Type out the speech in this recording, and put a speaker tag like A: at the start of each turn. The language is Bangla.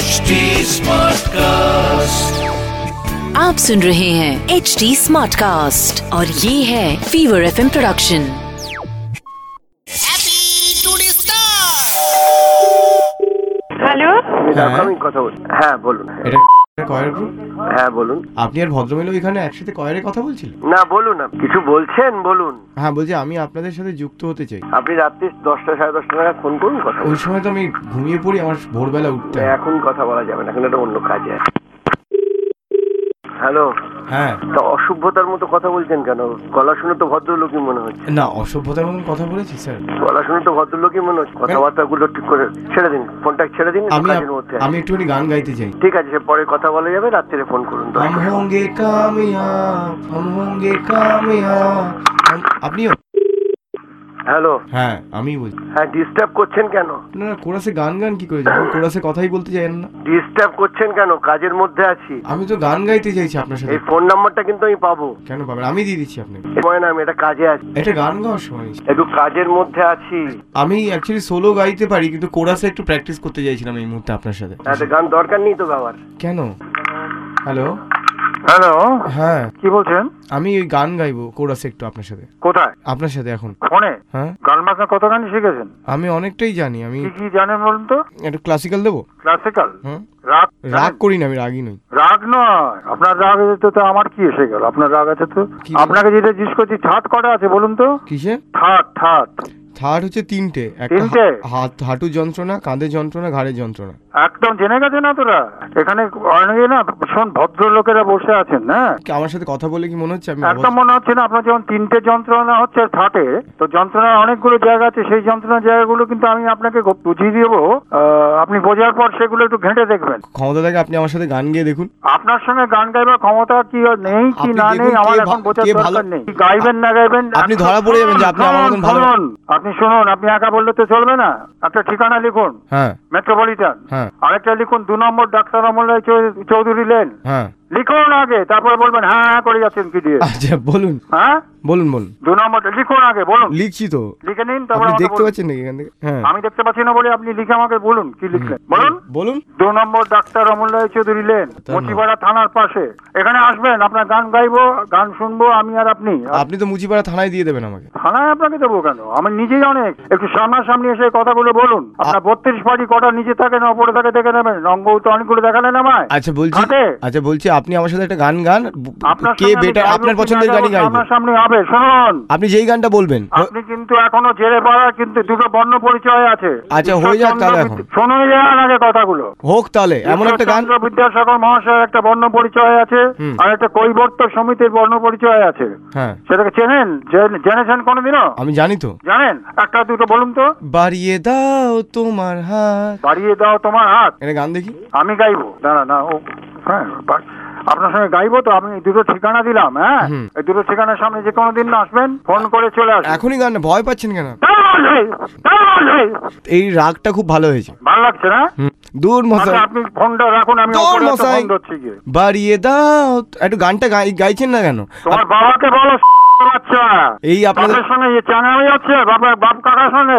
A: HD Smartcast.
B: आप सुन रहे हैं एच डी स्मार्ट कास्ट और ये है फीवर एफ प्रोडक्शन
C: হ্যালো
D: হ্যাঁ
E: আমি কথা বল হ্যাঁ বলুন
D: এটা কয়ের গ্রুপ
E: হ্যাঁ বলুন
D: আপনি আর ভদ্রমহিলা ওইখানে একসাথে কয়ারে কথা বলছিলেন
E: না বলুন না কিছু বলছেন বলুন
D: হ্যাঁ বলছি আমি আপনাদের সাথে যুক্ত হতে চাই
E: আপনি রাত্রি দশটা সাড়ে দশটা নাগাদ ফোন করুন কথা
D: ওই
E: বলুন
D: সময় তো আমি ঘুমিয়ে পড়ি আমার ভোরবেলা উঠতে হয়।
E: এখন কথা বলা যাবে না এখন একটা অন্য কাজ আছে হ্যালো
D: হ্যাঁ
E: তা অসভ্যতার মতো কথা বলছেন কেন গলা শুনে তো ভদ্রলোকই মনে হচ্ছে
D: না অসভ্যতার মতন কথা বলেছি স্যার
E: গলা শুনে তো ভদ্রলোকই মনে হচ্ছে কথাবার্তাগুলো ঠিক করে ছেড়ে দিন ফোনটা ছেড়ে দিন
D: আমি
E: কাজের মধ্যে
D: আমি একটুখানি গান গাইতে চাই
E: ঠিক আছে সে পরে কথা বলা যাবে রাত্রে ফোন করুন
D: हम होंगे कामयाब हम होंगे कामयाब हम- আপনিও
E: হ্যালো
D: হ্যাঁ আমি বলছি
E: হ্যাঁ ডিস্টার্ব করছেন কেন
D: না না কোরাসে গান গান কি করে যাবো কোরাসে কথাই বলতে চাই না
E: ডিস্টার্ব করছেন কেন কাজের মধ্যে আছি
D: আমি তো গান গাইতে চাইছি আপনার সাথে
E: এই ফোন নাম্বারটা কিন্তু আমি পাবো
D: কেন পাবেন আমি দিয়ে দিচ্ছি আপনাকে
E: সময় না আমি এটা কাজে আছি
D: এটা গান গাওয়ার সময় নেই।
E: একটু কাজের মধ্যে আছি
D: আমি অ্যাকচুয়ালি সোলো গাইতে পারি কিন্তু কোরাসে একটু প্র্যাকটিস করতে চাইছিলাম এই মুহূর্তে আপনার সাথে
E: তাতে গান দরকার নেই তো গাওয়ার
D: কেন হ্যালো
E: হ্যালো
D: হ্যাঁ
E: কি বলছেন
D: আমি ওই গান গাইবো কোরাসে একটু আপনার সাথে
E: কোথায়
D: আপনার সাথে এখন
E: ফোনে
D: হ্যাঁ
E: গান বাজনা কত গান শিখেছেন
D: আমি অনেকটাই জানি আমি
E: কি কি জানেন বলুন তো
D: একটু ক্লাসিক্যাল দেবো
E: ক্লাসিক্যাল
D: হ্যাঁ
E: রাগ
D: রাগ
E: জানেন?
D: করি না আমি রাগই নই
E: রাগ নয় আপনার রাগ আছে তো তো আমার কি এসে গেল আপনার রাগ আছে তো
D: কি বল-
E: আপনাকে যেটা জিজ্ঞেস করছি ঠাট কটা আছে বলুন তো
D: কিসে
E: ঠাট ঠাট
D: থার্ড হচ্ছে তিনটে একটা
E: তিনটে?
D: হা- হাত হাঁটু যন্ত্রণা কাঁধে যন্ত্রণা ঘাড়ে যন্ত্রণা
E: একদম জেনে গেছে না তোরা এখানে অনেকে না ভীষণ ভদ্রলোকেরা বসে আছেন না
D: কি আমার সাথে কথা বলে কি মনে হচ্ছে আমি
E: একদম মনে হচ্ছে না আপনার যেমন তিনটে যন্ত্রণা হচ্ছে থাটে তো যন্ত্রণার অনেকগুলো জায়গা আছে সেই যন্ত্রণার জায়গাগুলো কিন্তু আমি আপনাকে গো- বুঝিয়ে দেবো আহ, আপনি বোঝার পর সেগুলো একটু ঘেঁটে দেখবেন
D: ক্ষমতা থাকে আপনি আমার সাথে গান গিয়ে দেখুন
E: আপনার সঙ্গে গান গাইবার ক্ষমতা কি আর নেই কি
D: আপনি
E: না
D: দেখুন
E: নেই আমার
D: কে
E: এখন
D: ভা-
E: বোঝার
D: কে
E: দরকার
D: ভালো-
E: নেই কি গাইবেন না গাইবেন
D: আপনি
E: একটা-
D: ধরা পড়ে যাবেন যে আপনি আমার
E: শুনুন,
D: মতন ভালো-
E: শুনুন, আপনি শুনুন আপনি একা বললে তো চলবে না একটা ঠিকানা লিখুন
D: হ্যাঁ
E: মেট্রোপলিটন
D: হ্যাঁ।
E: আরেকটা লিখুন দু নম্বর ডাক্তার অমলায় চৌধুরী লেন
D: হ্যাঁ
E: লিখুন আগে তারপরে বলবেন হ্যাঁ হ্যাঁ করে যাচ্ছেন কি দিয়ে
D: আচ্ছা বলুন
E: হ্যাঁ
D: বলুন বলুন
E: দু নম্বর লিখুন আগে বলুন
D: লিখছি তো
E: লিখে নিন তারপর
D: আপনি
E: আমাকে
D: দেখতে
E: বলুন।
D: পাচ্ছেন নাকি এখান থেকে হ্যাঁ
E: আমি দেখতে পাচ্ছি না বলে আপনি লিখে আমাকে বলুন কি লিখলেন বলুন
D: বলুন
E: দু নম্বর ডাক্তার অমূল্য চৌধুরী লেন
D: তার নাম।
E: মুচিপাড়া থানার পাশে এখানে আসবেন আপনার গান গাইবো গান শুনবো আমি আর আপনি আর
D: আপনি তো মুচিপাড়া থানায় দিয়ে দেবেন আমাকে
E: থানায় আপনাকে দেবো কেন আমি নিজেই অনেক একটু সামনাসামনি এসে কথাগুলো বলুন আপনার বত্রিশ পাটি কটা নিচে থাকে না ওপরে থাকে দেখে নেবেন রঙ্গ তো অনেকগুলো দেখালেন আমায়
D: আচ্ছা বলছি
E: ঘাটে।
D: আচ্ছা বলছি আপনি আমার সাথে একটা গান গান ব-
E: আপনার
D: কে
E: সঙ্গে আমি
D: বেটার
E: গাইবো
D: আপনার
E: কি না
D: পছন্দের গানই
E: গাইবো
D: গাইবো
E: সামনাসামনি হবে শুনুন
D: আপনি যেই গানটা বলবেন হ-
E: আপনি কিন্তু এখনো জেলে পড়া কিন্তু দুটো বর্ণ পরিচয় আছে
D: আচ্ছা, হয়ে যাক তাহলে এখন।
E: শোনো যান আগে কথাগুলো
D: হোক তাহলে এমন একটা গান
E: ঈশ্বরচন্দ্র বিদ্যাসাগর মহাশয়ের একটা বর্ণ পরিচয় আছে
D: হুম।
E: আর একটা কৈবর্ত সমিতির বর্ণ পরিচয় আছে
D: হ্যাঁ
E: সেটাকে চেনেন জেন- জেনেছেন কোনোদিনও
D: আমি জানি তো
E: জানেন একটা দুটো বলুন তো
D: বাড়িয়ে দাও তোমার হাত
E: বাড়িয়ে দাও তোমার হাত
D: এটা গান দেখি
E: আমি গাইবো দাঁড়া না ও হ্যাঁ বা- আপনার সঙ্গে গাইবো তো আমি দুটো ঠিকানা দিলাম হ্যাঁ
D: হুম।
E: এই দুটো ঠিকানার সামনে যে কোনো দিন আসবেন ফোন করে চলে আসবেন
D: এখনই গান না, ভয় পাচ্ছেন কেন
E: তাই বলছি, তাই বলছি।
D: এই রাগটা খুব ভালো হয়েছে
E: ভালো লাগছে না
D: হুম, দূর
E: আচ্ছা
D: মশাই
E: আপনি ফোনটা রাখুন আমি
D: দূর
E: ওপরে একটা
D: মশাই।
E: বন্ধ হচ্ছে গিয়ে
D: বাড়িয়ে দাও একটু গানটা গাই- গাইছেন না কেন
E: তোমার বাবাকে বলো বাচ্চা
D: এই আপনাদের
E: বাপের সঙ্গে ইয়ে চাঙা হয়ে যাচ্ছে বাপের বাপ কাকার সঙ্গে